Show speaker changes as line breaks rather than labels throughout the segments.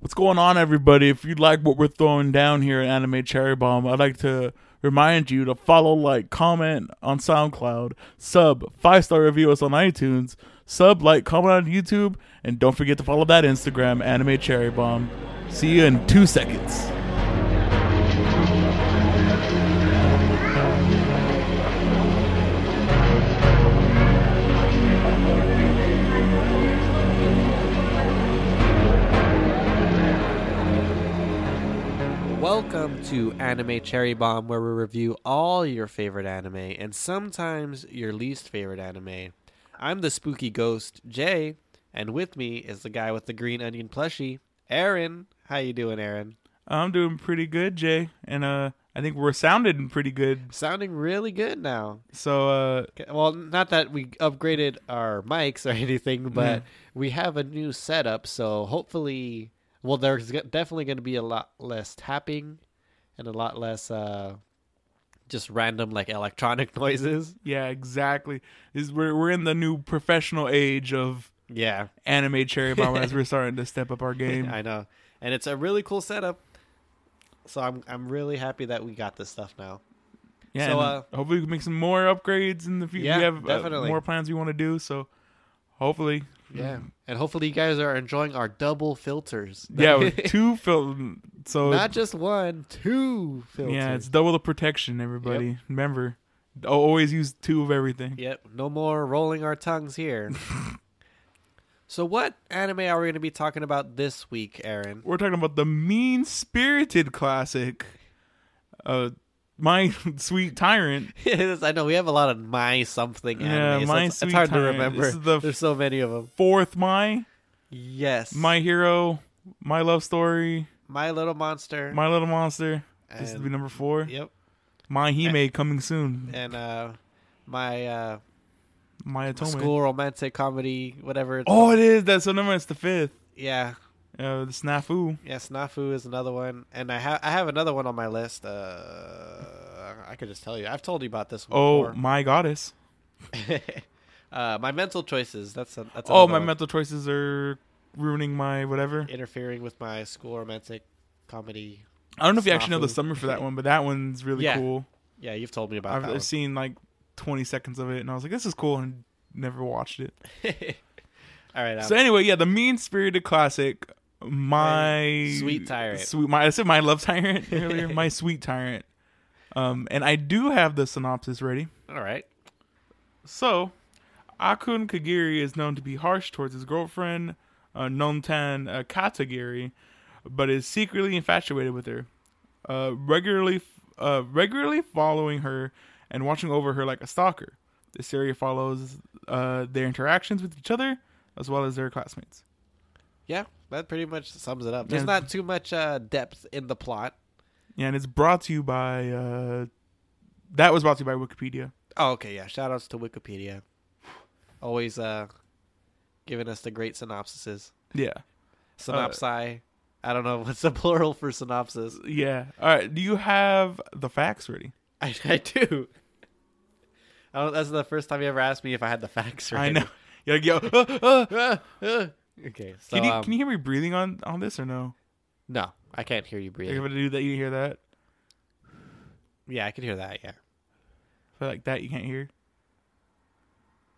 What's going on, everybody? If you like what we're throwing down here at Anime Cherry Bomb, I'd like to remind you to follow, like, comment on SoundCloud, sub, five star review us on iTunes, sub, like, comment on YouTube, and don't forget to follow that Instagram, Anime Cherry Bomb. See you in two seconds.
Welcome to Anime Cherry Bomb, where we review all your favorite anime and sometimes your least favorite anime. I'm the spooky ghost, Jay, and with me is the guy with the green onion plushie, Aaron. How you doing, Aaron?
I'm doing pretty good, Jay, and uh, I think we're sounding pretty good.
Sounding really good now.
So, uh,
Okay, Well, not that we upgraded our mics or
Mm-hmm.
anything, but we have a new setup, so hopefully, well, there's go- definitely going to be a lot less tapping and a lot less uh, just random like electronic noises.
yeah, exactly. This is, we're we're in the new professional age of
Yeah,
anime cherry bomb as we're starting to step up our game.
I know, and it's a really cool setup. So I'm I'm really happy that we got this stuff now.
Yeah,
So,
and
uh,
hopefully we can make some more upgrades in the future.
Yeah,
we have uh,
definitely.
more plans we want to do. So, hopefully,
Yeah, Mm-hmm. and hopefully you guys are enjoying our double filters.
yeah, with two film. So
not just one, two filters.
yeah, it's double the protection, everybody. Remember, always use two of everything.
Yep, no more rolling our tongues here. so, what anime are we going to be talking about this week, Aaron?
We're talking about the mean spirited classic, uh, my sweet tyrant.
I know we have a lot of my something
Yeah,
anime. so
My
it's, it's
Sweet
hard to
Tyrant.
remember.
This is the f-
There's so many of them.
Fourth, my
Yes,
my hero, my love story,
My Little Monster.
my little monster. This will be
And-
number four.
yep,
My Hime coming soon.
and uh, my uh,
My atonement.
school romantic comedy, whatever. It's,
Oh, it is. That's so number. It's the fifth.
yeah,
Uh, the snafu.
yeah. Snafu is another one, and I have I have another one on my list. Uh, I could just tell you. I've told you about this one.
Oh,
before.
my goddess.
uh, my mental choices. That's a, that's
Oh,
another
my
one.
mental choices are ruining my whatever.
interfering with my school romantic comedy.
I don't know if you actually know the
Snafu.
summary for that one, but that one's really
Yeah,
cool.
Yeah, you've told me about
I've,
that.
I've
one.
seen like 20 seconds of it, and I was like, this is cool, and never watched it.
All right,
So
um,
anyway, yeah, the mean spirited classic, my
My Sweet Tyrant.
Sweet, my I said my love tyrant earlier. my sweet tyrant. Um, and I do have the synopsis ready.
all right.
So, Akun Kagiri is known to be harsh towards his girlfriend, uh, Nontan uh, Katagiri, but is secretly infatuated with her, uh, regularly uh, regularly following her and watching over her like a stalker. The series follows uh, their interactions with each other as well as their classmates.
Yeah, that pretty much sums it up. There's
Yeah.
not too much uh, depth in the plot.
And it's brought to you by uh, that was brought to you by Wikipedia.
Oh, okay, yeah. Shout outs to Wikipedia. Always uh, giving us the great synopsises.
Yeah,
Synopsi. I don't know what's the plural for synopsis.
yeah. All right. Do you have the facts ready?
I, I do. I don't, that's the first time you ever asked me if I had the facts right.
I know. You're like, yo, uh, uh,
okay, so
can, you,
um,
can you hear me breathing on, on this or no?
no, I can't hear you
Like,
breathing.
if I do that, you hear that.
Yeah, I can hear that. Yeah.
If I like that, you can't hear.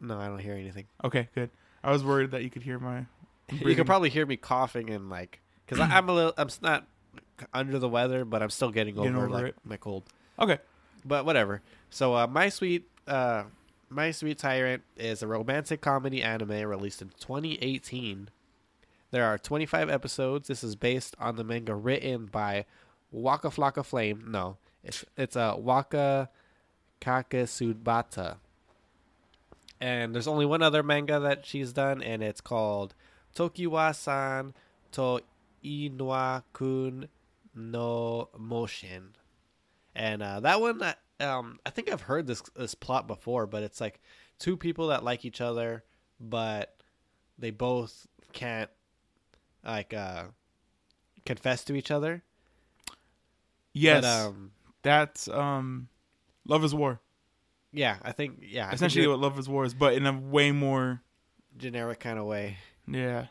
No, I don't hear anything.
Okay, good. I was worried that you could hear my.
You
breathing.
could probably hear me coughing and like because I'm a little. I'm s- not under the weather, but I'm still getting over,
Getting over
like
it.
my cold.
Okay,
But whatever. So uh, my sweet, uh, my sweet tyrant is a romantic comedy anime released in 2018. There are 25 episodes. This is based on the manga written by Waka Flocka Flame. No, it's it's a uh, Waka Kakasubata. And there's only one other manga that she's done, and it's called Tokiwa-san to Inwa-kun no Motion. And uh, that one, uh, um, I think I've heard this this plot before, but it's like two people that like each other, but they both can't like uh, confess to each other.
yes,
But, um,
that's um, Love is War.
yeah, I think yeah, I think
Essentially,
you're-
what Love is War is, but in a way more.
generic kind of way.
Yeah,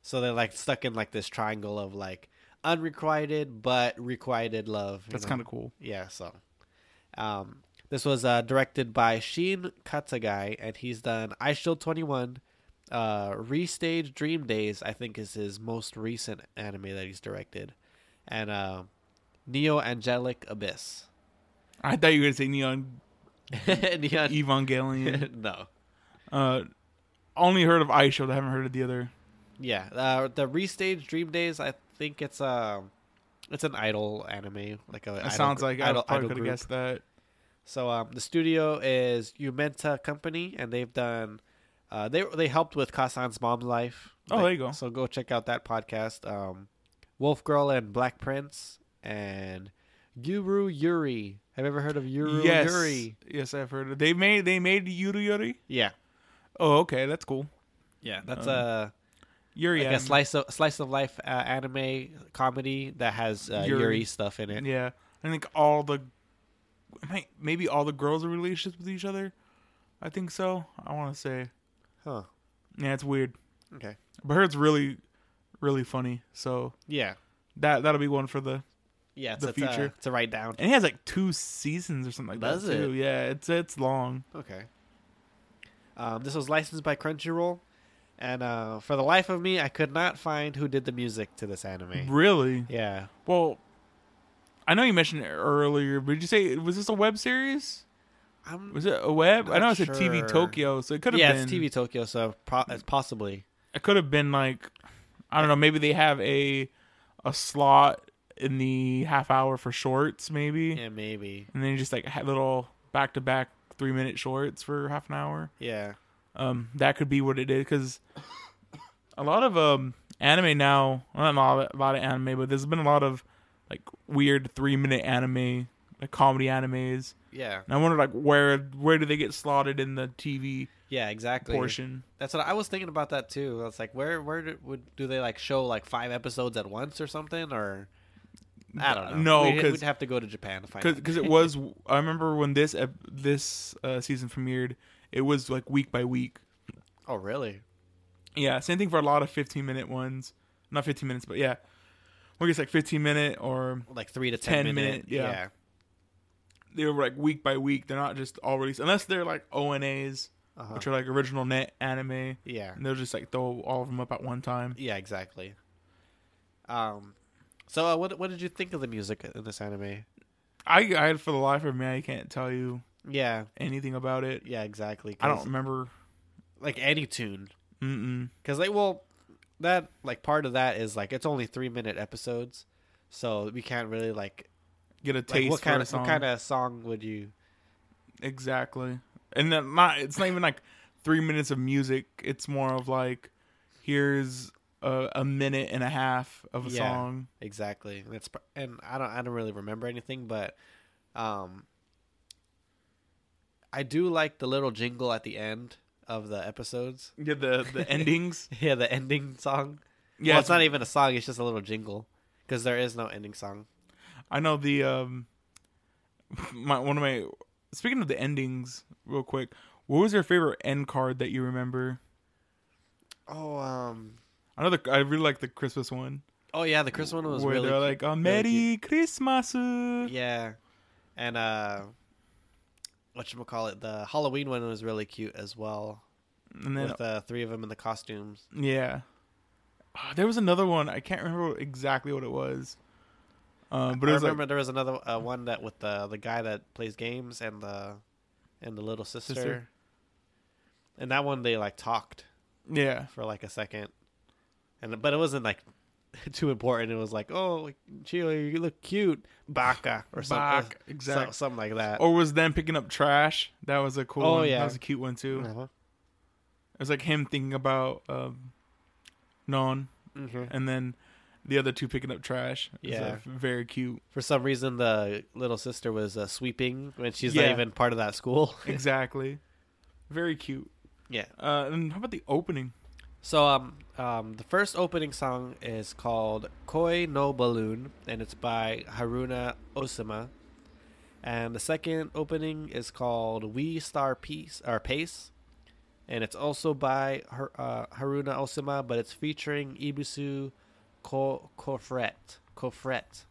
So they're like stuck in like this triangle of like unrequited but requited love. you
That's
know?
kind of cool.
Yeah, so um, this was uh, directed by Shin Katsugai, and he's done I Shield 21, uh, Restage Dream Days, I think is his most recent anime that he's directed, and uh, Neo Angelic Abyss.
I thought you were gonna say Neon
Neon-
Evangelion.
no.
uh, only heard of Ice Shield. I haven't heard of the other.
Yeah, uh, the Restage Dream Days, I think it's Um, it's an idol anime, like a.
It sounds like I probably could have
group.
guessed that.
So um, the studio is Umenta Company, and they've done uh, they they helped with Kasan's mom's life.
Oh,
Like,
there you go.
So go check out that podcast. Um, Wolf Girl and Black Prince and Guru Yuri. Have you ever heard of Yuru
yes,
Yuri?
yes, I've heard. Of, they made they made Yuri Yuri.
Yeah,
Oh, okay, that's cool.
yeah. That's
Um,
a
Yuri,
like
anime.
a slice of slice of life uh, anime comedy that has uh, Yuri.
Yuri.
stuff in it.
Yeah, I think all the might- maybe all the girls are relationships with each other. I think so. I want to say,
Huh.
yeah, it's weird,
Okay.
but hers really, really funny. So
Yeah.
that that'll be one for the.
Yeah. It's,
The
it's, uh,
future.
to write down.
And he has like two seasons or something like
Does
that too. Yeah, it's it's long.
Okay. Um, this was licensed by Crunchyroll, and uh, for the life of me, I could not find who did the music to this anime.
Really?
Yeah,
Well, I know you mentioned it earlier, but did you say was this a web series?
I'm.
Was it a web? I
Not
know it's a TV
sure.
Tokyo, so it could have
Um, Yeah,
been
it's TV Tokyo, so pro- it's possibly.
It could have been like I don't know. Maybe they have a a slot in the half hour for shorts, maybe,
Yeah, maybe.
and then you just like ha- little back to back three minute shorts for half an hour.
Yeah,
Um, that could be what it is because a lot of um anime now, well, not a lot, a lot of anime, but there's been a lot of like weird three minute anime, like comedy animes.
yeah,
And I wonder like where where do they get slotted in the TV
yeah. Exactly.
portion?
That's what I was thinking about that too. I was like, where, where do, would do they like show like five episodes at once or something? Or I don't know.
No,
We'd- we'd,
'cause-
have to go to Japan to find. out.
because it was i remember when this ep- this uh, season premiered it was like week by week
oh, really?
yeah same thing for a lot of 15 minute ones not 15 minutes but yeah we're just like 15 minute or
Like three to ten,
10
minute.
minute, yeah. they were like week by week they're not just all released unless they're like onas
Yeah. Uh-huh.
which are like original net anime
yeah.
and they'll just like throw all of them up at one time
Yeah, exactly. Um, so uh, what what did you think of the music in this anime?
i i for the life of me i can't tell you
Yeah,
anything about it
yeah, exactly.
i don't
'cause,
remember
like any tune
Mm-mm.
because like well that like part of that is like it's only three minute episodes, so we can't really like
get a
like
taste
what
for
kind
a
of
song
what kind of song would you?
Exactly. And then not it's not even like three minutes of music. It's more of like here's a, a minute and a half of a
Yeah.
song.
Exactly. And it's pr- and I don't I don't really remember anything, but um I do like the little jingle at the end of the episodes.
Yeah, the the endings.
Yeah, the ending song.
Yeah,
well, it's not even a song; it's just a little jingle because there is no ending song. e-
I know the um my one of my speaking of the endings real quick. What was your favorite end card that you remember?
Oh, um,
I know the I really like the Christmas one
oh yeah, the Christmas one was
where
really
they're
cu-
like "Oh,
really
Merry Christmas.
cute. yeah, and uh, what you call it? The Halloween one was really cute as well
And then
with uh, three of them in the costumes.
Yeah. Ah, there was another one. I can't remember exactly what it was. Um, but
I
it was
remember
like
there was another uh, one that with the the guy that plays games and the and the little sister.
Sister.
And that one they like talked
yeah,
for like a second, and but it wasn't like too important. It was like, oh, Chio, you look cute, Baka or something,
Bach, exact-
something like that.
or was them picking up trash. That was a cool.
Oh,
Oh
yeah.
that was a cute one too.
Uh-huh.
It was like him thinking about um, Non,
Mhm.
and then the other two picking up trash. It was,
Yeah.
uh, very cute.
For some reason, the little sister was uh, sweeping when she's not
Yeah.
even part of that school.
Exactly, very cute.
yeah.
Uh, and how about the opening?
So um um the first opening song is called Koi no Balloon and it's by Haruna Osama. And the second opening is called We Star Peace or Pace and it's also by Har- uh, Haruna Osama, but it's featuring Ibusu Ko- Kofret. Kofret.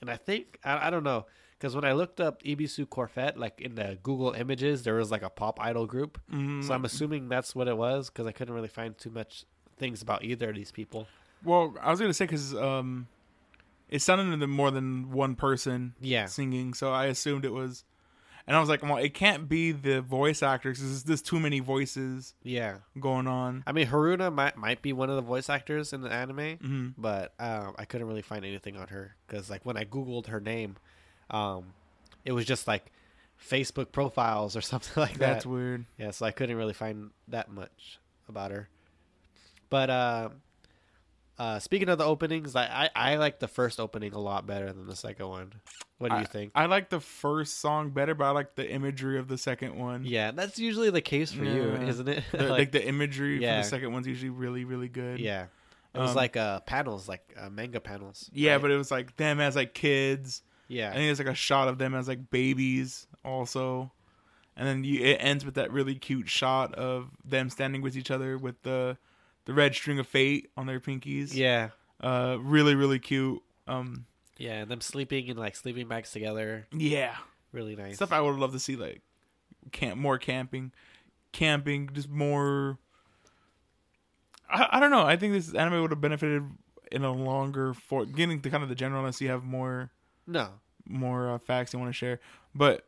And I think, I, I don't know, because when I looked up Ibisu Kofret, like in the Google images, there was like a pop idol group.
Mm,
So I'm assuming that's what it was, because I couldn't really find too much things about either of these people.
well, I was gonna say because um, it sounded to more than one person
Yeah.
singing, so I assumed it was. And I was like, well, it can't be the voice actor because there's, there's too many voices
Yeah.
going on.
I mean, Haruna might, might be one of the voice actors in the anime.
Mhm.
but um, I couldn't really find anything on her because like when I googled her name, um, it was just like Facebook profiles or something like that.
That's weird.
yeah, so I couldn't really find that much about her. But uh, uh, speaking of the openings, like I, I like the first opening a lot better than the second one. What do you think?
I like the first song better, but I like the imagery of the second one.
Yeah, that's usually the case for you,
Yeah.
isn't it?
The- like,
Like,
the imagery
Yeah.
for the second one's usually really, really good.
yeah, it was
Um,
like uh, panels, like uh, manga panels.
Yeah,
right?
but it was like them as like kids.
yeah,
I think there's like a shot of them as like babies also. And then you, it ends with that really cute shot of them standing with each other with the the red string of fate on their pinkies.
yeah,
Uh really really cute. Um
yeah, and them sleeping in like sleeping bags together.
yeah.
Really nice.
Stuff I would love to see like camp more camping. Camping just more I, I don't know. I think this anime would have benefited in a longer for getting to kind of the generalness you have more
No.
more uh, facts I want to share. But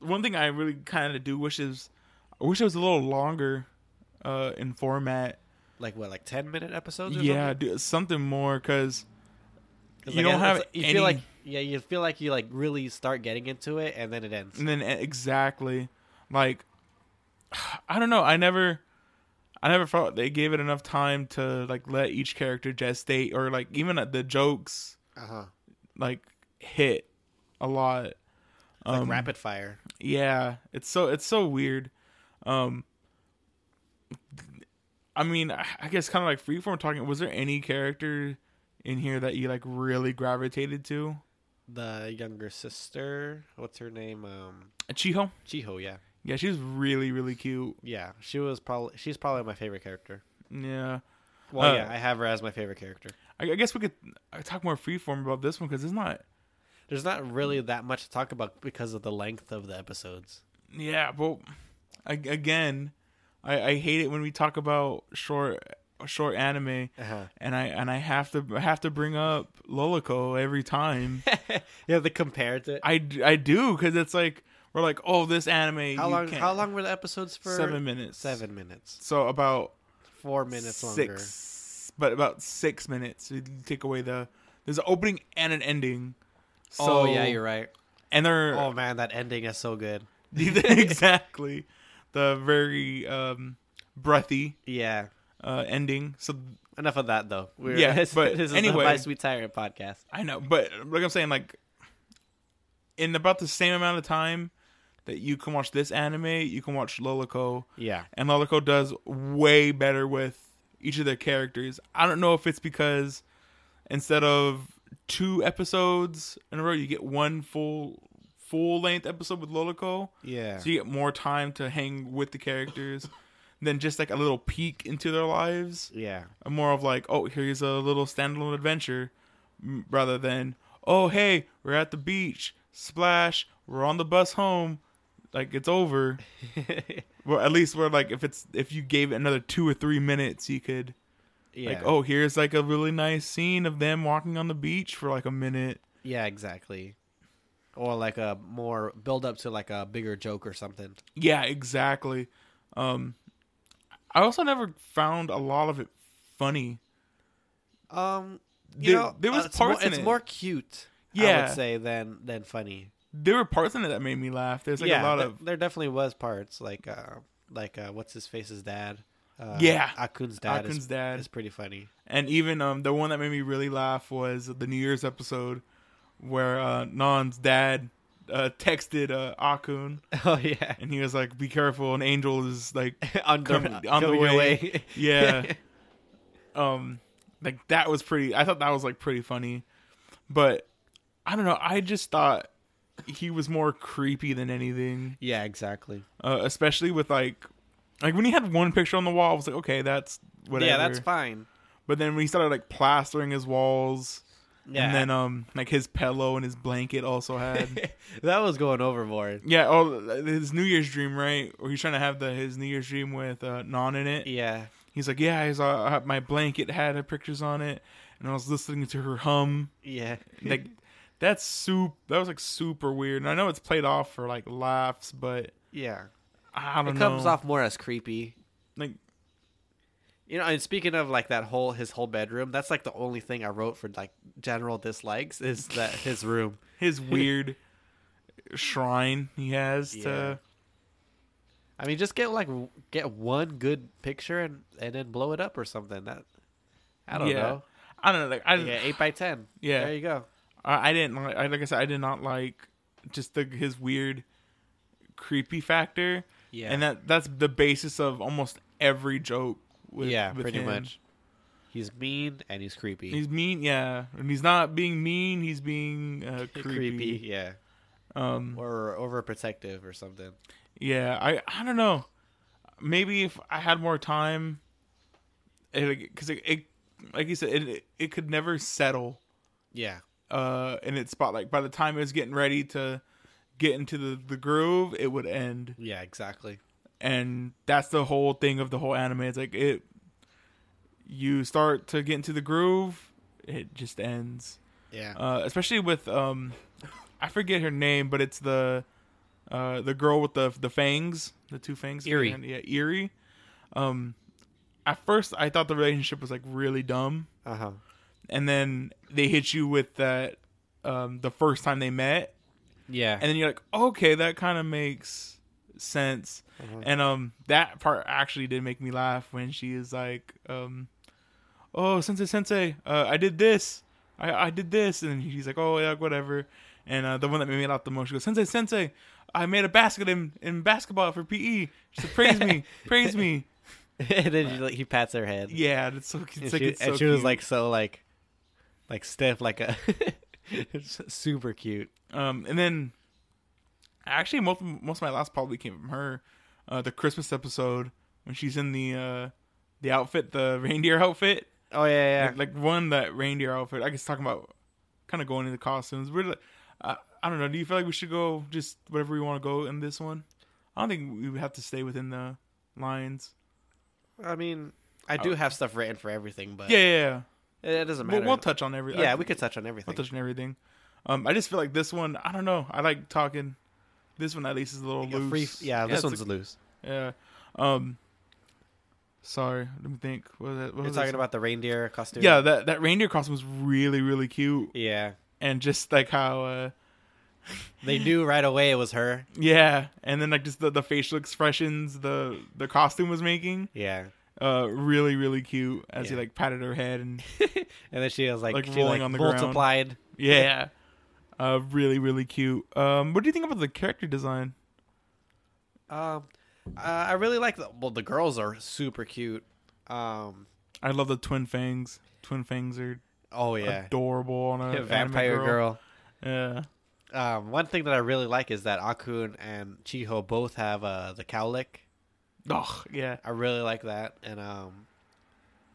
one thing I really kind of do wish is I wish it was a little longer uh, in format.
Like what, like ten minute episodes? Or
Yeah,
something?
do, something more because
'Cause,
you
like,
don't
it's-
have
it's- You
any-
feel like yeah, you feel like you like really start getting into it, and then it ends.
and then e- exactly like I don't know. I never. I never felt they gave it enough time to like let each character gestate or like even at the jokes
Uh huh.
like hit a lot.
Like
Um,
rapid fire.
Yeah, it's so it's so weird. Um I mean, I I guess kind of like freeform talking. Was there any character in here that you like really gravitated to?
The younger sister, what's her name? Um,
Chiho?
Chiho. Yeah,
Yeah, she was really really cute.
yeah. She was probably she's probably my favorite character.
Yeah,
Well,
Uh,
yeah, I have her as my favorite character.
I, I guess we could uh, talk more freeform about this one because it's not.
There's not really that much to talk about because of the length of the episodes.
Yeah, but I, again, I, I hate it when we talk about short short anime,
Uh-huh.
and I and I have to I have to bring up Lolico every time.
yeah, they compared it.
I, d- I do because it's like we're like oh this anime
How
you
long?
can't-
How long were the episodes for?
seven minutes
Seven minutes.
so about
Four minutes
six
longer.
but about six minutes you take away the there's an opening and an ending so er,
oh yeah, you're right.
and they're
Oh man, that ending is so good.
exactly the very um breathy
Yeah.
uh ending so
Enough of that though. We're,
Yeah,
this,
but
this is the
anyway.
My Sweet Tyrant podcast.
i know but like i'm saying like in about the same amount of time that you can watch this anime you can watch lolico
Yeah.
and Lolico does way better with each of their characters. I don't know if it's because instead of two episodes in a row, you get one full full length episode with Lolico,
Yeah.
so you get more time to hang with the characters than just like a little peek into their lives.
yeah.
More of like, oh, here's a little standalone adventure, m- rather than oh, hey, we're at the beach, splash, we're on the bus home, like it's over. Well, at least we're like if it's if you gave it another two or three minutes, you could
yeah.
like oh here's like a really nice scene of them walking on the beach for like a minute.
Yeah, exactly. Or like a more build up to like a bigger joke or something.
Yeah, exactly. Um, I also never found a lot of it funny.
Um you
There-
know,
there was
uh, it's, more,
parts in
it's
it.
more cute, I
Yeah.
would say, than than funny.
There were parts in it that made me laugh. There's like
yeah,
a lot
th-
of
there definitely was parts like uh like uh what's his face's dad? Uh,
Yeah.
Akun's dad,
Akun's
is,
dad,
is pretty funny.
and even um the one that made me really laugh was the New Year's episode where uh, Nan's dad uh, texted uh, Akun
Oh yeah.
and he was like, "Be careful, an angel is like."
on the,
Coming- on the
coming your
way.
way.
Yeah. um like that was pretty I thought that was like pretty funny. But I don't know, I just thought he was more creepy than anything.
Yeah, exactly.
Uh, especially with like Like when he had one picture on the wall, I was like, okay, that's whatever.
Yeah, that's fine.
But then when he started like plastering his walls,
Yeah.
and then um like his pillow and his blanket also had
that was going overboard.
yeah oh his New Year's dream right where he's trying to have the his New Year's dream with uh, Non in it.
Yeah.
He's like, yeah, I saw I had- my blanket had her pictures on it, and I was listening to her hum.
Yeah.
Like that's soup. That was like super weird. And I know it's played off for like laughs, but
yeah.
I don't
It
know.
comes off more as creepy.
like
You know, and speaking of like that whole his whole bedroom, that's like the only thing I wrote for like general dislikes is that his room.
his weird shrine he has
Yeah.
to
I mean, just get like w- get one good picture and and then blow it up or something. That I don't
Yeah.
know.
I don't know. Like I,
Yeah, eight by ten.
Yeah.
there you go.
I, I didn't like. I, like I said, I did not like just the his weird, creepy factor.
Yeah.
and that that's the basis of almost every joke. With,
yeah,
with
pretty
him.
much. He's mean and he's creepy.
He's mean, yeah, and he's not being mean. He's being uh, creepy.
yeah,
Um,
or overprotective or something.
yeah, I I don't know. Maybe if I had more time, because it, it, like you said, it it- it could never settle.
Yeah,
uh in its spotlight. By the time it was getting ready to get into the, the groove, it would end.
yeah, exactly.
And that's the whole thing of the whole anime. It's like it you start to get into the groove, it just ends.
Yeah,
Uh especially with um I forget her name, but it's the uh the girl with the the fangs, the two fangs.
Eerie.
Yeah, eerie. Um at first I thought the relationship was like really dumb
uh huh.
and then they hit you with that um, the first time they met,
Yeah,
and then you're like, okay, that kind of makes sense.
Mm-hmm.
And um, that part actually did make me laugh when she is like, um, oh, sensei, sensei, uh, I did this, I, I did this, and he's like, oh yeah, whatever. And uh, the one that made me laugh the most, she goes, sensei, sensei, I made a basket in, in basketball for PE. She said, praise me, praise me.
and then she, like, he pats her head.
Yeah, it's so,
and
it's
she,
like, it's so
and she was
cute.
like so like, like stiff, like a It's super cute.
Um, and then actually, most most of my last probably came from her. Uh, the Christmas episode when she's in the uh, the outfit, the reindeer outfit,
Oh yeah, yeah.
like, like one that reindeer outfit. I guess talking about kind of going into costumes. We're like, I, I don't know. Do you feel like we should go just whatever we want to go in this one? I don't think we would have to stay within the lines.
I mean, I do have stuff written for everything, but
Yeah, yeah, yeah.
it, it doesn't
We'll,
matter.
we'll touch on every.
yeah,
I-
we could touch on everything.
I'll touch on everything. Um, I just feel like this one. I don't know. I like talking. This one at least is a little
Like a
loose.
free- yeah, this
it's
one's
a-
loose.
Yeah. Um. Sorry, let me think. What was that? What
You're
was
talking
this?
about the reindeer costume.
Yeah, that that reindeer costume was really really cute,
yeah.
and just like how, uh
They knew right away it was her.
yeah, and then like just the, the facial expressions the the costume was making,
Yeah.
uh, really really cute as he
Yeah.
like patted her head and
and then she was like,
Like
she,
rolling
like,
on the ground.
multiplied.
yeah, uh, really really cute. Um, what do you think about the character design?
Um, uh, I really like the well. The girls are super cute. Um,
I love the twin fangs. Twin fangs are
oh yeah,
adorable on a
Yeah,
anime
vampire girl.
Yeah,
Um, one thing that I really like is that Akun and Chiho both have uh the cowlick.
oh yeah,
I really like that, and um,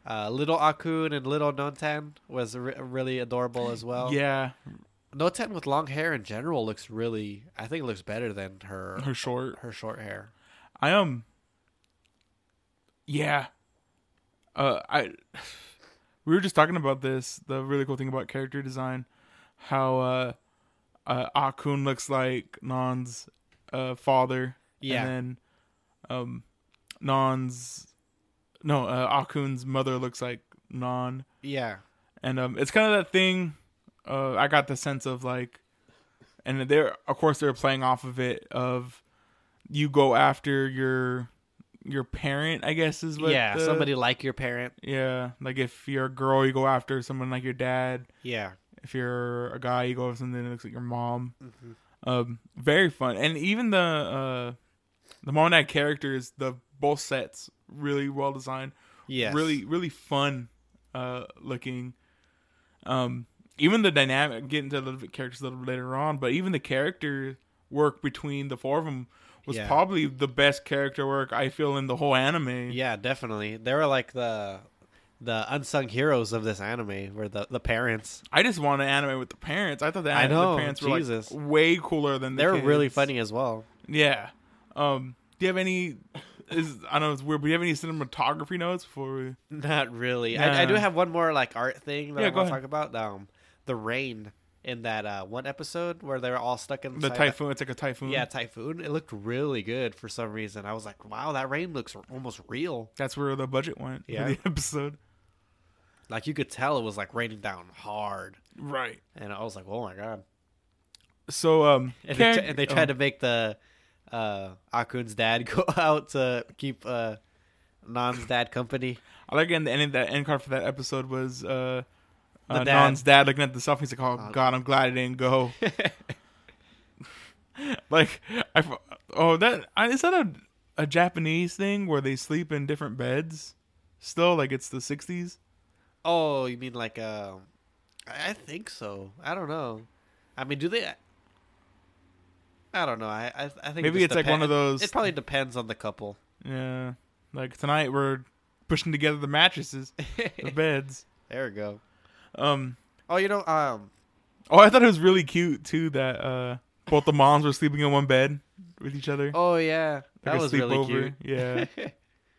uh, little Akun and little Nontan was re- really adorable as well.
yeah.
Notan with long hair in general looks really. I think it looks better than her
Her short.
her short hair.
I um Yeah. Uh I we were just talking about this, the really cool thing about character design, how uh uh Akun looks like Nan's uh father.
Yeah.
And then um Nan's no, uh Akun's mother looks like Nan.
Yeah,
And um it's kind of that thing uh I got the sense of like and they're of course they're playing off of it of you go after your your parent, I guess is what
yeah.
the-
Somebody like your parent.
Yeah. Like if you're a girl you go after someone like your dad.
Yeah,
If you're a guy you go after something that looks like your mom. Um very fun. And even the uh the Monad characters, the both sets really well designed
yeah.
really really fun uh looking um even the dynamic get into the characters a little bit later on but even the character work between the four of them was
Yeah.
probably the best character work I feel in the whole anime.
Yeah, definitely. They were like the the unsung heroes of this anime were the, the parents.
I just want to anime with the parents. I thought the,
I
anime
know,
the parents
Jesus.
were like way cooler than the
They were really
kids.
funny as well.
Yeah. Um, do you have any? Is I know it's weird, but do you have any cinematography notes before we?
Not really. I, I do
Nah.
have one more like art thing that
Yeah,
I
go
want to
ahead.
talk about. Um, the rain in that uh, one episode where they were all stuck in
The typhoon. It's like a typhoon.
Yeah, typhoon. It looked really good for some reason. I was like, wow, that rain looks r- almost real.
That's where the budget went
Yeah.
for the episode.
Like you could tell it was like raining down hard,
Right.
and I was like, oh my god.
So um,
And, they,
charac-
tr- and they
oh,
tried to make the uh, Akun's dad go out to keep uh, Nan's dad company.
I like in the end. That end card for that episode was uh,
The
uh
dad.
Nan's dad looking at the selfie. He's like, "Oh
Oh.
God, I'm glad I didn't go." like, I f- oh that I, is that a a Japanese thing where they sleep in different beds? Still, like it's the '60s.
oh, you mean like uh, I I think so. I don't know. I mean, do they? I don't know. I I, I think it
Maybe
just
it's like one of those-
It probably depends on the couple.
Yeah. Like tonight we're pushing together the mattresses, the beds.
there we go.
Um
Oh, you know, um,
oh I thought it was really cute too that uh both the moms were sleeping in one bed with each other.
Oh yeah, that
Like a
was really
sleepover, Oh.
cute.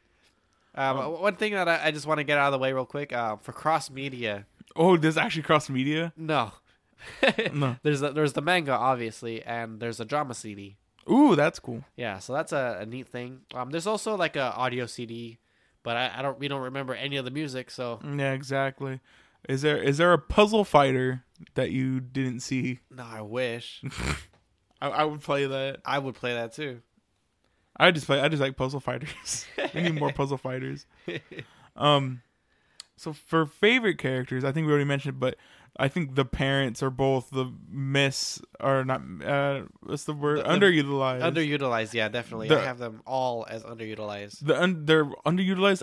um, one thing that I, I just want to get out of the way real quick. Um, for cross media,
Oh, this actually cross media?
no,
No.
There's the, there's the manga obviously, and there's a drama CD.
Ooh, that's cool.
Yeah, so that's a, a neat thing. Um, there's also like a audio CD, but I, I don't we don't remember any of the music. So
Yeah, exactly. Is there is there a puzzle fighter that you didn't see?
no, I wish
I, I would play that.
I would play that too.
I just play I just like puzzle fighters. we need more puzzle fighters. Um, so for favorite characters, I think we already mentioned, it, but I think the parents are both the miss or not. Uh, what's the word?
The- the-
underutilized.
underutilized, yeah, definitely.
The-
I have them all as underutilized.
the un- they're underutilized,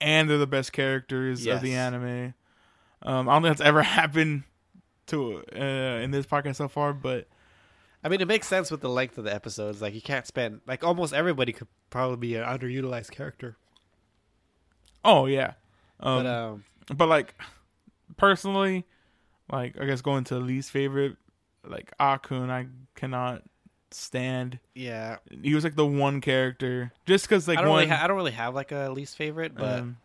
and they're the best characters of the
Yes.
anime. Um, I don't think that's ever happened to uh, in this podcast so far, but
I mean, it makes sense with the length of the episodes. Like you can't spend like almost everybody could probably be an underutilized character.
oh yeah. Um,
but um,
but like personally like i guess going to least favorite like akun i cannot stand
yeah,
he was like the one character just because like
I don't
one
really ha- I don't really have like a least favorite, but
um,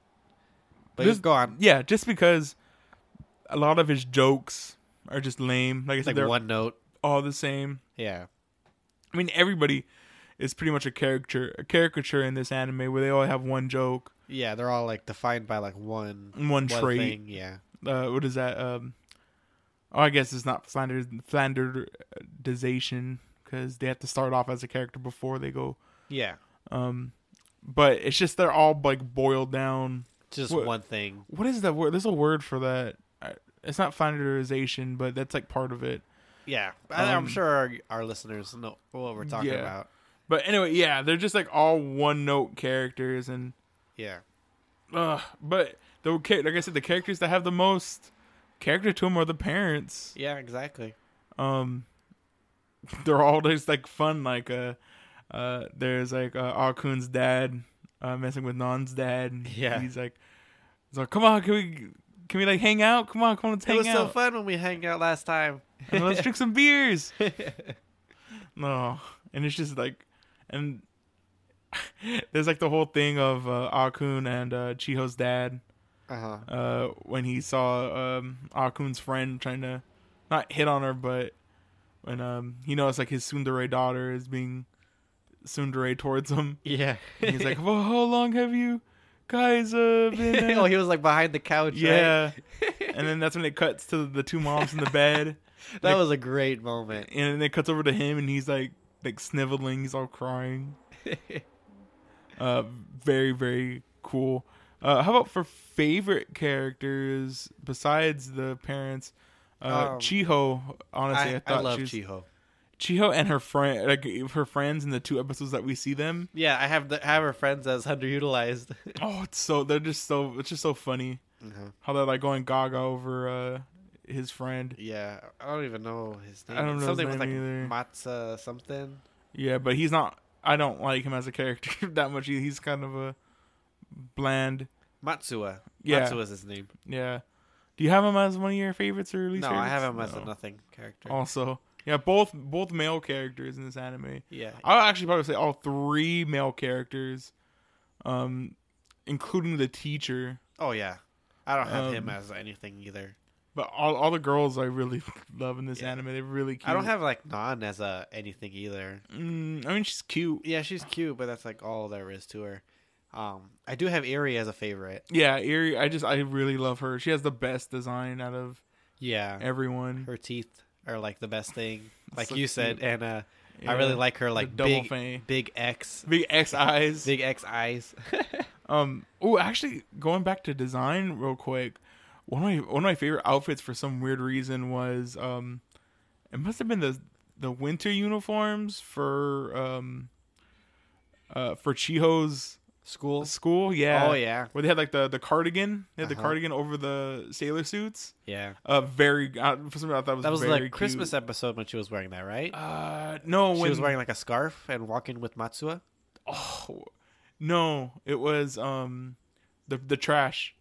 but
this-
go on.
yeah just because a lot of his jokes are just lame like i
It's
said
like
they're
one note.
all the same
Yeah.
i mean everybody is pretty much a character a caricature in this anime where they all have one joke
Yeah, they're all like defined by like one
and one,
one
trait
thing. Yeah.
uh, what is that? Um, oh, I guess it's not Flanders Flanderization because they have to start off as a character before they go.
Yeah.
Um, but it's just they're all like boiled down.
Just
What-
one thing.
What is that word? There's a word for that. I- It's not Flanderization, but that's like part of it.
Yeah. I I'm
Um,
sure our, our listeners know what we're talking
Yeah.
about.
But anyway, yeah, they're just like all one note characters, and
Yeah.
uh, but the cha- like I said, the characters that have the most character to them are the parents.
Yeah, exactly.
um they're all just like fun like uh uh there's like uh Arkun's dad uh messing with Nan's dad
Yeah.
he's like he's like come on can we can we like hang out come on come on let's
it
hang
was so
out
fun when we hang out last time.
and let's drink some beers no and it's just like and there's like the whole thing of uh Arkun and uh Chiho's dad
uh-huh.
uh, when he saw um, Akun's friend trying to not hit on her, but when um, he noticed like his tsundere daughter is being tsundere towards him,
Yeah.
and he's like, "Well, how long have you guys uh, been?" uh,
oh, he was like behind the couch. Yeah.
yeah, and then that's when it cuts to the two moms in the bed,
That
Like-
was a great moment.
and then it cuts over to him, and he's like like sniveling, he's all crying. Uh, very very cool. Uh, how about for favorite characters besides the parents? Uh,
Um,
Chiho, honestly, I,
I, I
thought
love
she was-
Chiho.
Chiho and her friend, like her friends in the two episodes that we see them.
Yeah, I have the I have her friends as underutilized.
Oh, it's so they're just so it's just so funny
Uh-huh.
how they're like going gaga over uh his friend.
Yeah, I don't even know his name.
I don't know his
something
name
with like
either.
Matza something.
Yeah, but he's not I don't like him as a character that much. He- He's kind of a bland.
Matsua.
Yeah.
Matsua's his name.
Yeah. Do you have him as one of your favorites or least?
no, I
favorites?
have him as
No.
a nothing character.
Also, yeah, both both male characters in this anime.
Yeah.
I would actually probably say all three male characters, um, including the teacher.
Oh yeah. I don't have
Um,
him as anything either.
But all, all the girls I really love in this
Yeah.
anime. They're really cute.
I don't have like Nan as a anything either.
Mm, I mean, she's cute.
Yeah, she's cute, but that's like all there is to her. Um, I do have Eri as a favorite.
Yeah, Eerie. I just I really love her. She has the best design out of
Yeah.
everyone.
her teeth are like the best thing, like
So
you said,
cute.
and uh,
Yeah.
I really like her
The
like
double
big,
fang.
big X,
big X eyes.
big X eyes.
Um. Oh, actually, going back to design real quick, one of my one of my favorite outfits for some weird reason was um, it must have been the the winter uniforms for um, uh, for Chiho's
School.
school. Yeah.
Oh yeah,
Where they had like the the cardigan, they had the
Uh-huh.
cardigan over the sailor suits.
yeah.
Uh, very uh, for some reason I thought it was
That was
very
the
cute.
Christmas episode when she was wearing that, right?
Uh, no,
she
when
was wearing like a scarf and walking with Matsua.
oh, no, it was um, the the trash.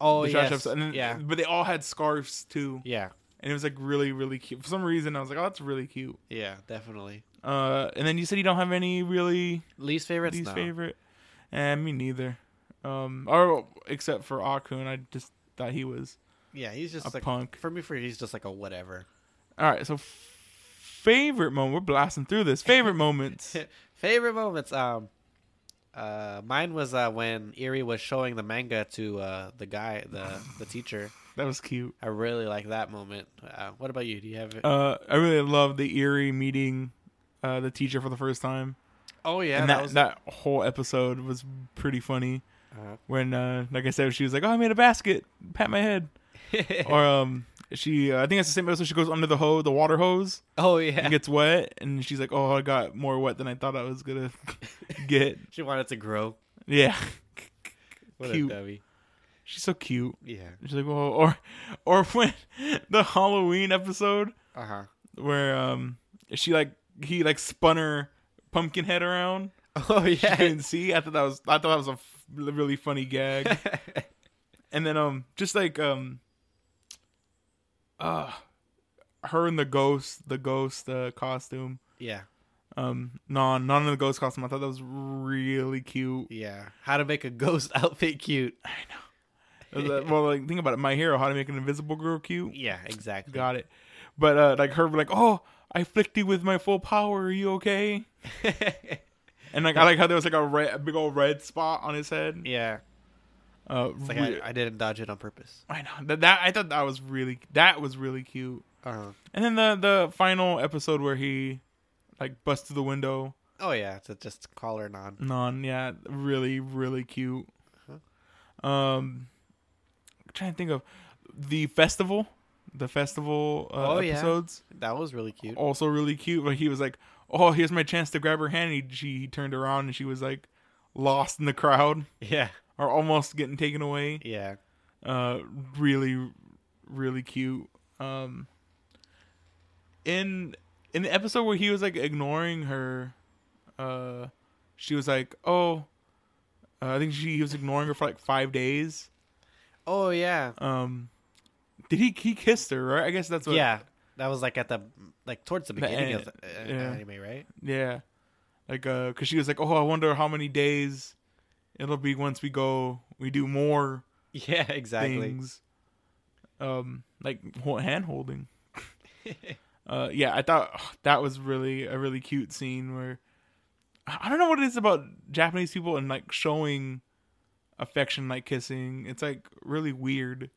Oh
the trash
yes,
episode. And then-
yeah,
But they all had scarves too.
yeah,
and it was like really really cute for some reason i was like oh that's really cute
yeah, definitely.
uh and then you said you don't have any really
Least favorites.
least
no.
favorite and me neither um or except for akun i just thought he was
Yeah, he's just
A
like
punk.
for me. For he's just like a whatever.
all right so f- favorite moment we're blasting through this favorite moments
favorite moments. Um, uh, mine was uh when Erie was showing the manga to uh the guy, the the teacher.
that was cute
I really like that moment. Uh, what about you? Do you have it?
uh i really love the eerie meeting uh the teacher for the first time
oh yeah,
and
that,
that
was
that whole episode was pretty funny
Uh-huh.
when uh like i said she was like oh i made a basket pat my head
Uh-huh.
or um she uh, i think it's the same episode she goes under the hose the water hose
oh
and
yeah.
gets wet and she's like oh i got more wet than i thought i was gonna get
She wanted to grow.
yeah
What
Cute.
a dummy.
she's so cute
Yeah.
she's like oh or or when the halloween episode
Uh huh.
where um she like he like spun her pumpkin head around
Oh
she
yeah.
couldn't see i thought that was i thought that was a f- really funny gag and then um just like um uh her and the ghost the ghost uh costume
yeah.
um non non in the ghost costume i thought that was really cute
Yeah. How to make a ghost outfit cute.
It was, uh, well like think about it my hero how to make an invisible girl cute
Yeah. Exactly.
got it but uh like her like oh i flicked you with my full power are you okay and like i like how there was like a red a big old red spot on his head
yeah.
uh
It's like
re-
I, I didn't dodge it on purpose.
I know that, that i thought that was really that was really cute
Uh huh.
And then the the final episode where he like busts through the window.
Oh yeah. To just call her non.
Non, yeah, really really cute. Um, I'm trying to think of the festival, the festival uh,
Oh, yeah.
episodes
That was really cute.
also really cute. But he was like, "Oh, here's my chance to grab her hand." He she he turned around and she was like lost in the crowd
Yeah.
or almost getting taken away.
Yeah.
uh really really cute um in in the episode where he was like ignoring her uh she was like oh uh, i think she he was ignoring her for like five days
Oh yeah.
um did he he kissed her right i guess that's what
yeah. That was like at the like towards the
The
beginning
an-
of the uh,
yeah.
anime, right?
yeah like uh because she was like oh i wonder how many days it'll be once we go we do more
Yeah. Exactly.
things um like hand holding uh yeah i thought ugh, that was really a really cute scene where i I don't know what it is about japanese people and like showing affection like kissing it's like really weird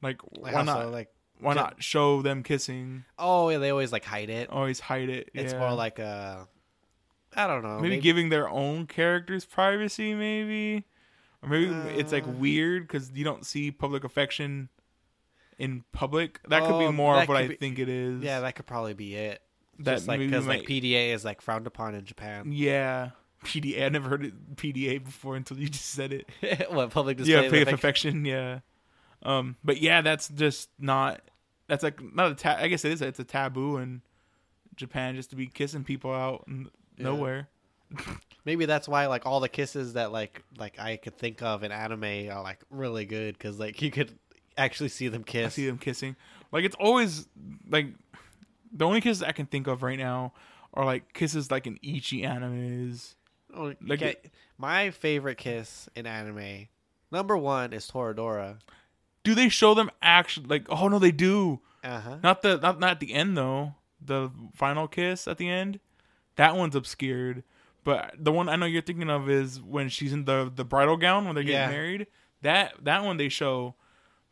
like
Like,
why
also,
not
Like
why
Ja-
not show them kissing
oh, yeah, they always like hide it.
always hide it
It's
yeah.
more like a, I don't know.
maybe,
Oh, Maybe,
giving their own characters privacy maybe or maybe it's like
Uh,
weird because you don't see public affection in public that could
Oh,
be more of
that
what
could
i
be-
think it is
yeah, that could probably be it.
That
Just like
maybe
because
might-
like PDA is like frowned upon in Japan.
yeah pda i never heard it pda before until you just said it
what public display?
yeah
of
faith
affection-
affection yeah um but yeah that's just not that's like not a ta- i guess it is it's a taboo in japan just to be kissing people out in
Yeah.
nowhere
Maybe that's why like all the kisses that like like I could think of in anime are like really good because like you could actually see them
I
kiss.
see them kissing. Like it's always like the only kisses I can think of right now are like kisses like in Ichi animes.
Oh,
Like
okay. my favorite kiss in anime, number one is Toradora.
Do they show them actually like oh no they do.
Uh huh.
Not the not not at the end though. The final kiss at the end. That one's obscured. But the one I know you're thinking of is when she's in the the bridal gown when they're getting
Yeah.
married. That that one they show.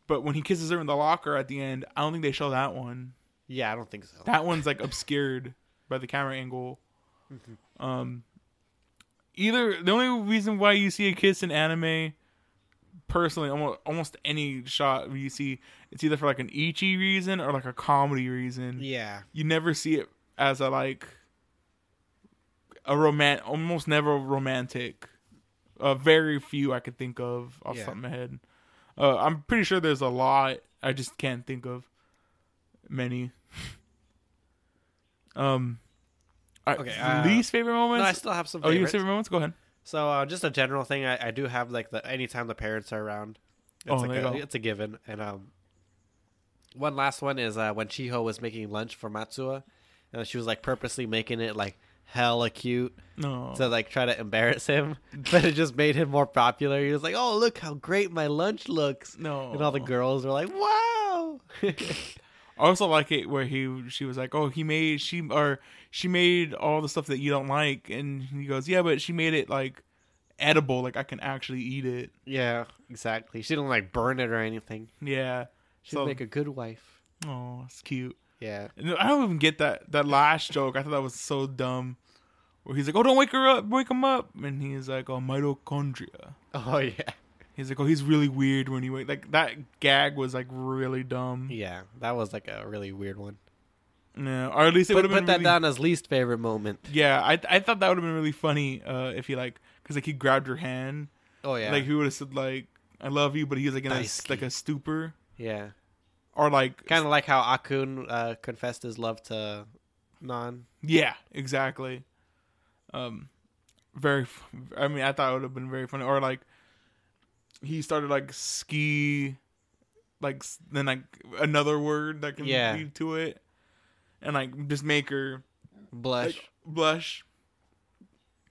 But when he kisses her in the locker at the end, I don't think they show that one.
Yeah, I don't think so.
that one's like obscured by the camera angle. Um, either the only reason why you see a kiss in anime, personally, almost almost any shot you see, it's either for like an ichi reason or like a comedy reason.
yeah.
You never see it as a like a romance, almost never romantic. Uh, very few I could think of off
Yeah.
the top of my head. Uh, I'm pretty sure there's a lot. I just can't think of many. um, all right,
Okay, uh,
least favorite
No,
moments.
I still have some
oh, your
favorites.
favorite moments? Go ahead.
so uh, just a general thing, I, I do have like the anytime the parents are around, it's,
Oh,
like
there you
a,
go.
it's a given. And um, one last one is uh, when Chiho was making lunch for Matsua, and she was like purposely making it like hella cute
No.
to like try to embarrass him, but it just made him more popular. He was like, "Oh, look how great my lunch looks,"
no.
and all the girls were like, "Wow."
I also like it where he she was like, "Oh, he made she or she made all the stuff that you don't like," and he goes, "Yeah, but she made it like edible, like I can actually eat it."
yeah, exactly. She didn't like burn it or anything.
Yeah,
She'd
So-
make a good wife.
oh, it's cute.
Yeah.
And I don't even get that that last joke. I thought that was so dumb. Where he's like, "Oh, don't wake her up, wake him up," and he's like, "Oh, mitochondria."
Oh yeah.
He's like, "Oh, he's really weird when he wake." Like that gag was like really dumb.
Yeah, that was like a really weird one.
Yeah, or at least it
Put,
would
put
have been
that
really-
down as least favorite moment.
Yeah, I I thought that would have been really funny uh, if he like because like he grabbed her hand.
Oh yeah.
Like he would have said like I love you, but he was like in a,
Daisuke.
like a stupor
yeah.
or like
Kind of like how Akun uh, confessed his love to Non.
yeah, exactly. Um, very. f- I mean, I thought it would have been very funny or like he started like ski, like s- then like another word that can
Yeah.
lead to it, and like just make her
Blush.
like, blush.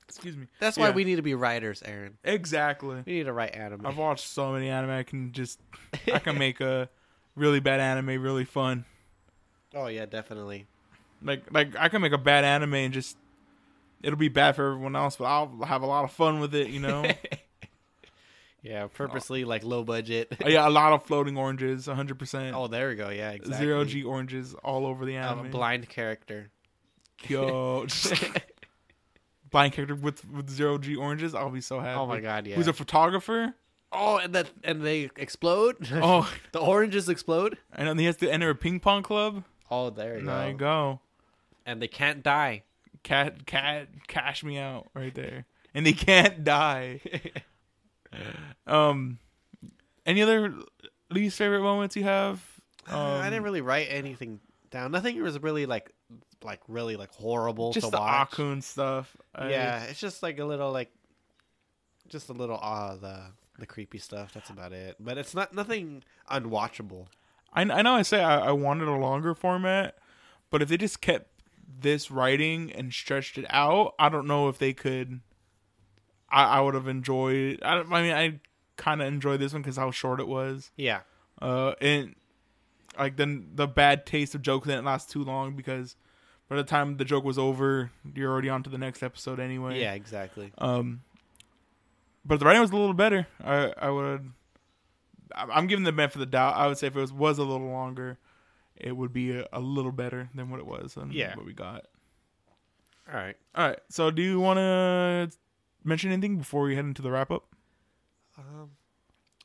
Excuse me.
That's why
yeah.
we need to be writers, Aaron.
Exactly.
We need to write anime.
I've watched so many anime. I can just I can make a really bad anime really fun.
oh yeah, definitely.
Like like I can make a bad anime and just it'll be bad for everyone else, but I'll have a lot of fun with it, you know.
Yeah, purposely like low budget.
Uh, yeah, a lot of floating oranges, 100%.
oh, there we go. Yeah, exactly.
Zero G oranges all over the
Um,
anime.
blind character.
Yo, just- blind character with with zero G oranges, I'll be so happy.
oh my god, yeah.
Who's a photographer?
oh, and that and they explode.
Oh,
the oranges explode.
and then he has to enter a ping pong club.
Oh, there you
There
go.
you go.
And they can't die.
Cat, cat, cash me out right there. And they can't die. Um, any other least favorite moments you have? Um,
Uh, I didn't really write anything down. Nothing was really like, like really like horrible
just
to
the
watch.
Akun stuff. I-
yeah, it's just like a little like, just a little awe of the the creepy stuff. That's about it. But it's not nothing unwatchable.
I, I know. I say I, I wanted a longer format, but if they just kept this writing and stretched it out, I don't know if they could. I, I would have enjoyed. I, don't- I mean, I kind of enjoyed this one because how short it was.
Yeah,
Uh, and like then the bad taste of jokes didn't last too long because by the time the joke was over, you're already on to the next episode anyway.
yeah, exactly.
Um, but the writing was a little better. I I would. I- I'm giving the benefit of the doubt. I would say if it was, was a little longer, it would be a, a little better than what it was and
Yeah.
what we got.
All right.
All right. So, do you want to mention anything before we head into the wrap up?
Um,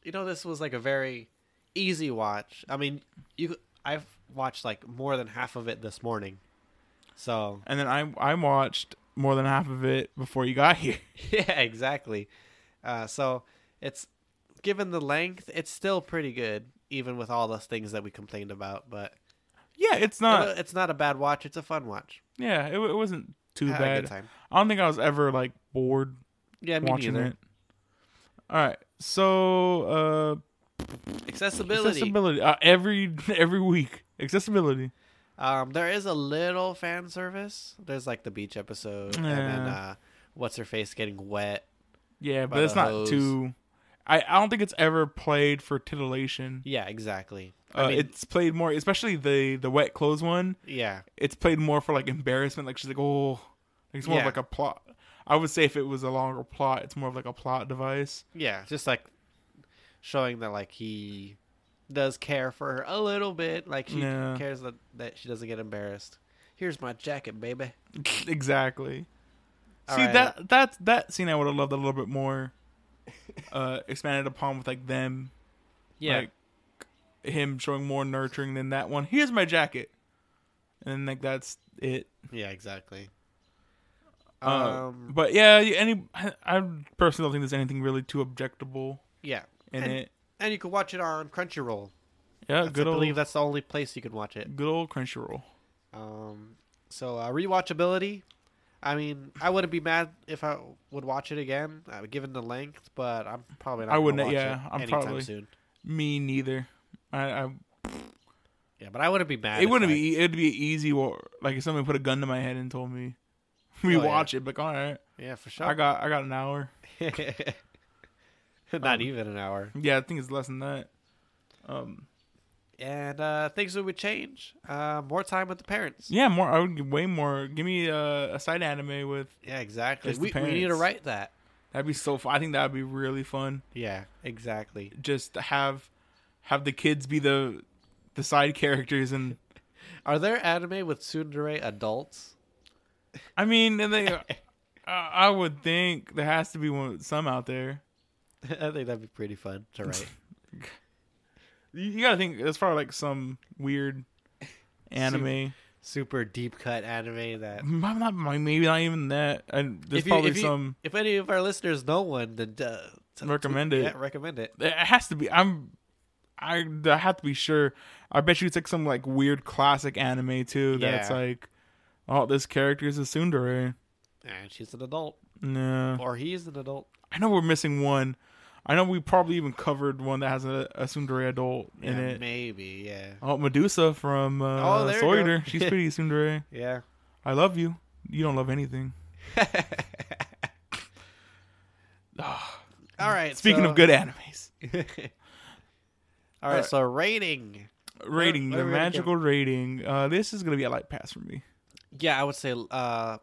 you know, this was like a very easy watch. I mean, you I've watched like more than half of it this morning. So
And then I I watched more than half of it before you got here.
yeah, exactly. Uh, so it's given the length, it's still pretty good, even with all those things that we complained about. But
Yeah, it's
it
not.
wa- it's not a bad watch; it's a fun watch.
yeah, it, wa- it wasn't too
I had a
bad.
good time.
I don't think I was ever like bored
Yeah, me
watching
neither.
it. All right, so uh,
Accessibility.
accessibility uh, every every week. Accessibility.
Um, there is a little fan service. There's like the beach episode, and then
Yeah.
uh, what's her face getting wet.
Yeah,
By
but it's
the
not
hose.
too. I, I don't think it's ever played for titillation.
Yeah, exactly.
Uh,
I mean,
it's played more, especially the the wet clothes one.
yeah,
It's played more for like embarrassment. Like she's like, oh, like, it's more
Yeah.
of like a plot. I would say if it was a longer plot, it's more of like a plot device.
yeah, just like showing that like he does care for her a little bit. Like she
Yeah.
cares that that she doesn't get embarrassed. Here's my jacket, baby.
exactly.
All
See
right.
that that that scene I would have loved a little bit more uh expanded upon with like them like him showing more nurturing than that one. Here's my jacket. And like that's it.
yeah, exactly.
Uh,
Um,
but yeah, you- any I I personally don't think there's anything really too objectable
yeah,
in
and,
it.
and you can watch it on Crunchyroll.
Yeah,
That's-
good
I
old
believe that's the only place you can watch it.
good old Crunchyroll.
Um, so uh, rewatchability. I mean, I wouldn't be mad if I would watch it again, uh, given the length. But I'm probably not.
I
gonna
wouldn't,
watch
yeah,
it
I'm
anytime
probably-
soon.
Me neither. I, I
Yeah, but I wouldn't be mad.
it
if
wouldn't
I-
be e- it'd be easy wa- like if somebody put a gun to my head and told me we
Oh, yeah.
watch it, but all right,
Yeah, for
I
sure.
got I got an hour.
not
Um,
even an hour.
Yeah, I think it's less than that. Um,
And uh, things that would change. Uh, more time with the parents. Yeah,
yeah, more. I would give way more. Give me uh, a side anime with
exactly.
Just the
We, we need to
parents.
write that.
that'd be so. Fun. I think that'd be really fun.
Yeah, exactly.
Just to have have the kids be the the side characters, and
Are there anime with tsundere adults?
I mean, and they. I, I would think there has to be one some out there.
I think that'd be pretty fun to write.
You, you gotta think there's probably like some weird anime.
Super deep cut anime that
Maybe not, maybe not even that. And there's
If you-
probably
if you-
some.
If any of our listeners know one, then uh, t-
Recommend
t-
it.
Yeah, recommend it.
It has to be. I'm. I, I have to be sure. I bet you it's like some like weird classic anime too. That's
Yeah.
like, oh, this character is a tsundere.
And she's an adult,
No,
or he's an adult.
I know we're missing one. I know we probably even covered one that has a, a tsundere adult in
Yeah,
it.
maybe. Yeah.
Oh, Medusa from uh,
Oh, there you go.
Soiter. She's pretty tsundere.
Yeah.
I love you. You don't love anything.
All right.
Ah, Speaking of good animes,
good. All
All
right.
right.
So rating.
rating
what
the
are we gonna give
magical rating. Uh, this is gonna be a light pass for me.
Yeah, I would say uh,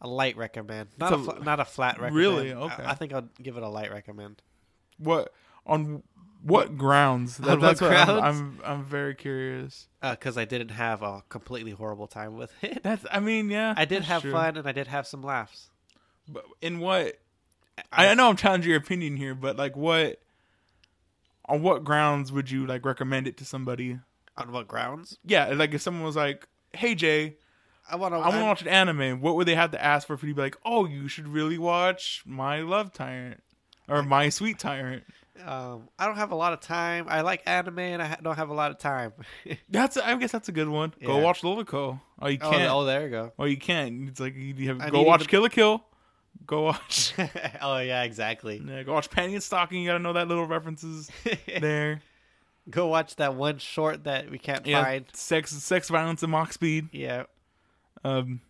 a light recommend, not a,
So-
fl- not a flat recommend.
Really?
I-
Okay.
I, think I'll give it a light recommend.
What on what grounds?
On
that's
what
I'm-
grounds?
I'm, I'm very curious.
Because uh, I didn't have a completely horrible time with it.
That's I mean yeah.
I did
that's
have
true.
fun and I did have some laughs.
But in what? I, I know I'm challenging your opinion here, but like what? On what grounds would you like recommend it to somebody?
On what grounds?
Yeah, like if someone was like, "Hey Jay,
I want to.
I want to watch an anime," what would they have to ask for for you to be like, "Oh, you should really watch My Love Tyrant." Or my sweet tyrant.
Um, I don't have a lot of time. I like anime, and I ha- don't have a lot of time.
Oh, That's I guess that's a good one. Go
Yeah.
watch Lolico. Oh, you
oh,
can't.
oh, there you go.
Well, you can't. It's like you have
I
go
need
watch
to-
Kill a Kill, go watch,
oh yeah, exactly.
yeah, go watch Panty and Stocking. You gotta know that little references there.
go watch that one short that we can't
Yeah,
find.
sex, sex, violence, and mock speed.
Yeah,
Um,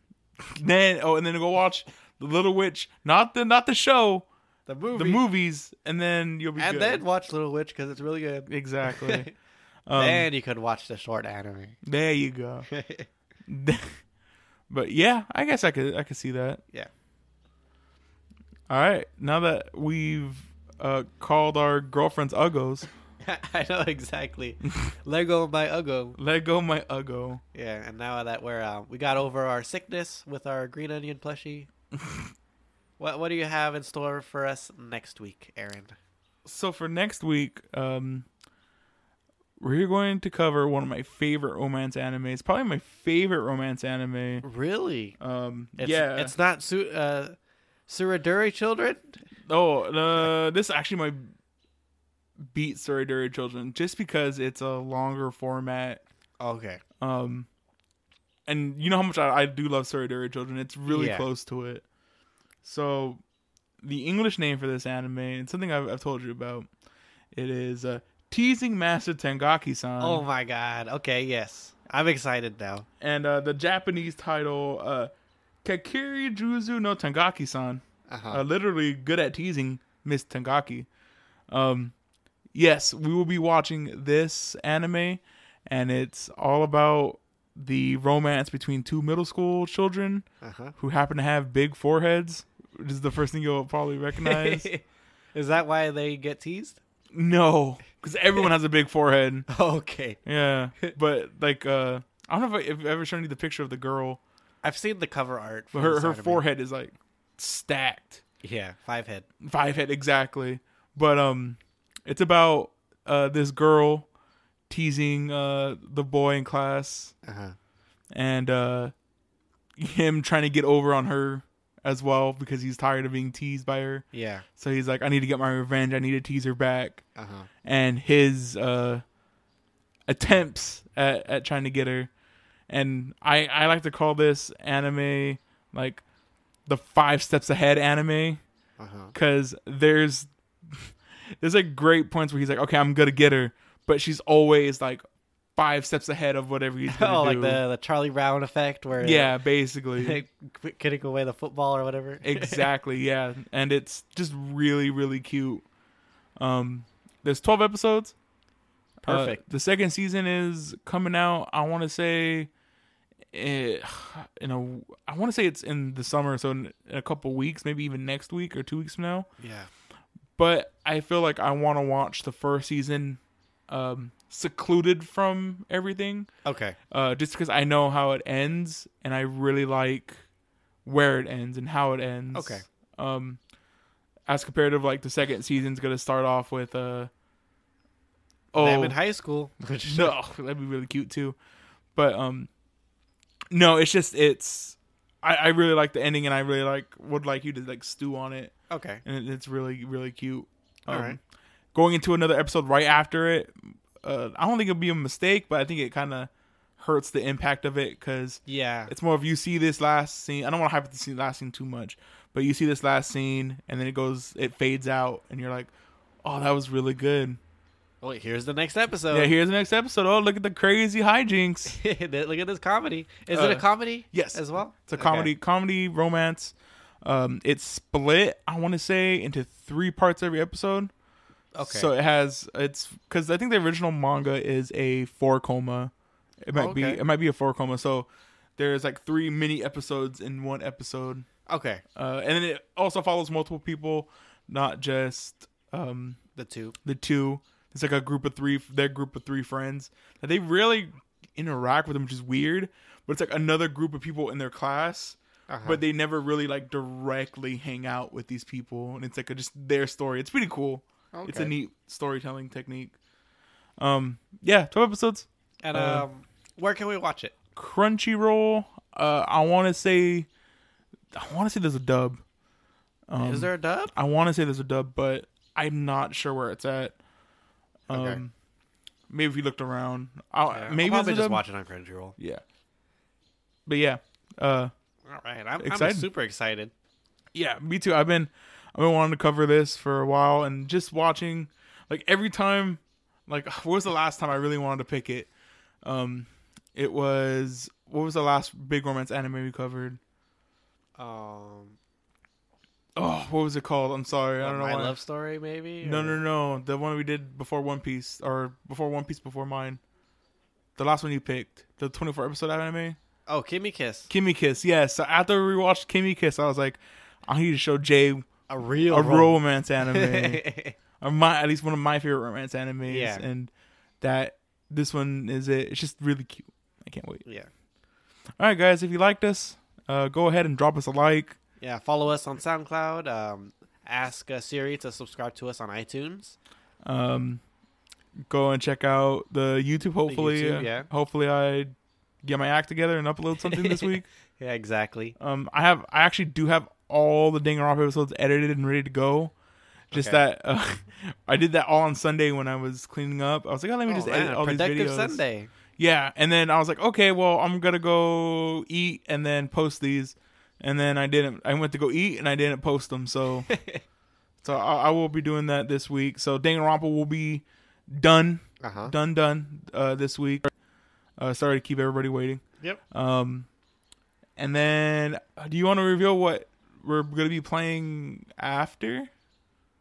then oh, and then go watch The Little Witch, not the not the show,
the movie.
the movies, and then you'll be
and
good.
then watch Little Witch because it's really good.
exactly. Um,
then you can watch the short anime.
there you go. but yeah, I guess I could I could see that.
Yeah.
All right, now that we've uh, called our girlfriends uggos,
I know exactly. Lego by Ugo.
let go my uggo.
Yeah, and now that we're uh, we got over our sickness with our green onion plushie. what what do you have in store for us next week, Aaron?
so for next week, um, we're going to cover one of my favorite romance animes. Probably my favorite romance anime.
Really?
Um,
It's,
yeah.
It's not su- uh, Suraduri children?
oh, uh, this actually might beat Suriduri Children just because it's a longer format.
Okay.
Um, and you know how much I, I do love Suriduri Children. It's really
Yeah.
close to it. So, the English name for this anime, it's something I've, I've told you about. It is uh, Teasing Master Tengaki-san,
oh my god. Okay, yes. I'm excited now.
and uh, the Japanese title uh, Kakiri Juzu no Tengaki-san.
Uh-huh.
Uh, literally good at teasing Miss Tengaki. Um, yes, we will be watching this anime, and it's all about the romance between two middle school children
Uh-huh.
who happen to have big foreheads. Which is the first thing you'll probably recognize.
Is that why they get teased?
no, because everyone has a big forehead.
Okay.
Yeah, but like, uh, I don't know if I- if I've ever shown you the picture of the girl,
I've seen the cover art.
but
for
her
this
her
anime.
forehead is like stacked.
Yeah, five head.
five head exactly but um it's about uh this girl teasing uh the boy in class
Uh-huh.
and uh him trying to get over on her as well because he's tired of being teased by her
Yeah.
so he's like i need to get my revenge i need to tease her back
Uh-huh.
and his uh attempts at, at trying to get her and i i like to call this anime like the five steps ahead anime
Uh-huh.
because there's there's like great points where he's like, okay, I'm gonna get her, but she's always like five steps ahead of whatever he's gonna
Oh,
do.
like the, the Charlie Brown effect where
yeah, basically,
they quit kidding away the football or whatever.
exactly, yeah, and it's just really really cute. Um, there's 12 episodes. Uh,
Perfect.
the second season is coming out. I want to say, eh, in a, I want to say it's in the summer, so in, in a couple weeks, maybe even next week or two weeks from now.
yeah.
but I feel like I want to watch the first season um secluded from everything
Okay.
uh just because I know how it ends and I really like where it ends and how it ends
Okay.
um as compared to like the second season's gonna start off with uh
Them
oh
in high school. Which,
no that'd be really cute too but um no it's just it's I, I really like the ending and I really like would like you to like stew on it
Okay.
and it, it's really really cute. Um,
All right.
Going into another episode right after it, uh, I don't think it'll be a mistake, but I think it kind of hurts the impact of it because
Yeah.
it's more of you see this last scene. I don't want to hype up the scene, last scene too much, but you see this last scene and then it goes, it fades out, and you're like, oh, that was really good.
Oh, Wait, here's the next episode.
Yeah, here's the next episode. Oh, look at the crazy hijinks.
Look at this comedy. Is it a
Uh,
comedy?
yes.
As well?
It's a
Okay.
comedy, comedy romance. Um, it's split. I want to say into three parts every episode.
Okay.
So it has it's because I think the original manga is a four coma. It might be
Oh, Okay.
it might be a four coma. So there's like three mini episodes in one episode,
okay.
uh, and then it also follows multiple people, not just um,
The two.
the two. It's like a group of three, their group of three friends that they really interact with them, which is weird. But it's like another group of people in their class,
Uh-huh.
but they never really like directly hang out with these people, and it's like a, just their story. It's pretty cool. It's a
Okay.
neat storytelling technique. Um, yeah, twelve episodes.
And
uh,
um, where can we watch it?
Crunchyroll. Uh, I want to say, I want to say there's a dub. Um,
Is there a dub?
I want to say there's a dub, but I'm not sure where it's at. Um,
Okay.
maybe if you looked around, I'll,
Yeah, I'll
maybe
probably
there's a
just
dub.
watch it on Crunchyroll.
Yeah, but yeah, uh,
All right, I'm, I'm
Excited.
super excited.
Yeah, me too. I've been I've been wanting to cover this for a while and just watching like every time like what was the last time I really wanted to pick it? Um it was what was the last big romance anime we covered?
Um,
Oh, what was it called? I'm sorry. I
I
don't know.
my
why.
love story, maybe.
no,
or-
no, no. The one we did before One Piece or before One Piece before mine. The last one you picked, the 24 episode anime,
Oh, Kimmy Kiss,
Kimmy Kiss. Yes. So after we watched Kimmy Kiss, I was like, I need to show Jay
a real
a
role.
romance anime. or my at least one of my favorite romance animes.
Yeah.
And that this one is it. It's just really cute. I can't wait.
yeah,
All right, guys, if you liked us, uh, go ahead and drop us a like.
yeah. Follow us on SoundCloud. Um, ask uh, Siri to subscribe to us on iTunes.
Um, go and check out the YouTube. Hopefully,
YouTube,
uh,
yeah.
hopefully I get my act together and upload something this week.
Yeah, exactly.
Um, I have I actually do have all the Danganronpa episodes edited and ready to go. Just
Okay.
that uh, I did that all on Sunday when I was cleaning up. I was like, oh, let me
Oh,
just
man,
edit all these
productive
videos.
Sunday.
Yeah, and then I was like, okay, well, I'm gonna go eat and then post these, and then I didn't. I went to go eat and I didn't post them. So, so I, I will be doing that this week. So Danganronpa will be done,
Uh huh.
done, done uh, this week. Uh, sorry to keep everybody waiting.
Yep.
Um, and then uh, do you want to reveal what we're gonna be playing after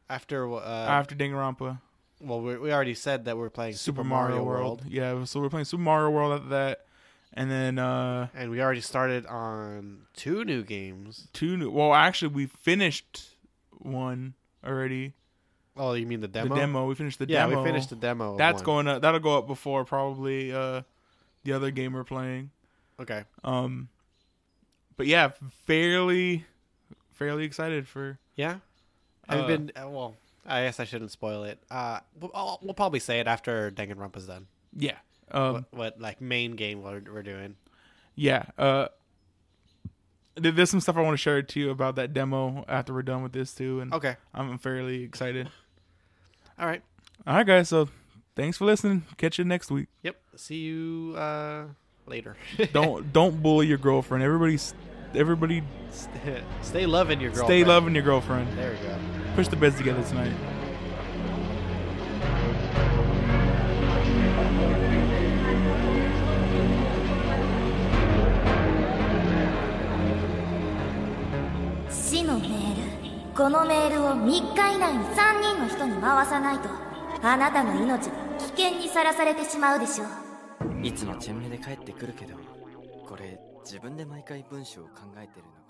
After uh,
after Danganronpa?
well, we, we already said that we're playing
Super Mario, World. Yeah, so we're playing Super Mario World after that, and then uh.
and we already started on two new games.
two new well actually we finished one already
Oh, you mean the demo?
the demo we finished the
yeah,
demo
we finished the demo. of
that's
one.
going up that'll go up before probably uh the other game we're playing
okay.
um but yeah fairly fairly excited for
Yeah, I've
Uh,
been uh, well. I guess I shouldn't spoil it. Uh, we'll, I'll- we'll probably say it after Danganronpa's done.
yeah um
what, what like main game we're, we're doing?
yeah uh there- there's some stuff I want to share to you about that demo after we're done with this too, and
Okay,
I'm fairly excited.
all right.
All right, guys, so thanks for listening. Catch you next week.
Yep. See you uh, later.
Don't don't bully your girlfriend. Everybody's everybody
stay loving your girlfriend.
Stay loving your girlfriend.
There we go.
Push the beds together tonight.
死のメールこのメールを3日以内に3人の人に回さないとあなたの命は危険にさらされてしまうでしょう
いつもチェンメで帰ってくるけどこれ自分で毎回文章を考えてるの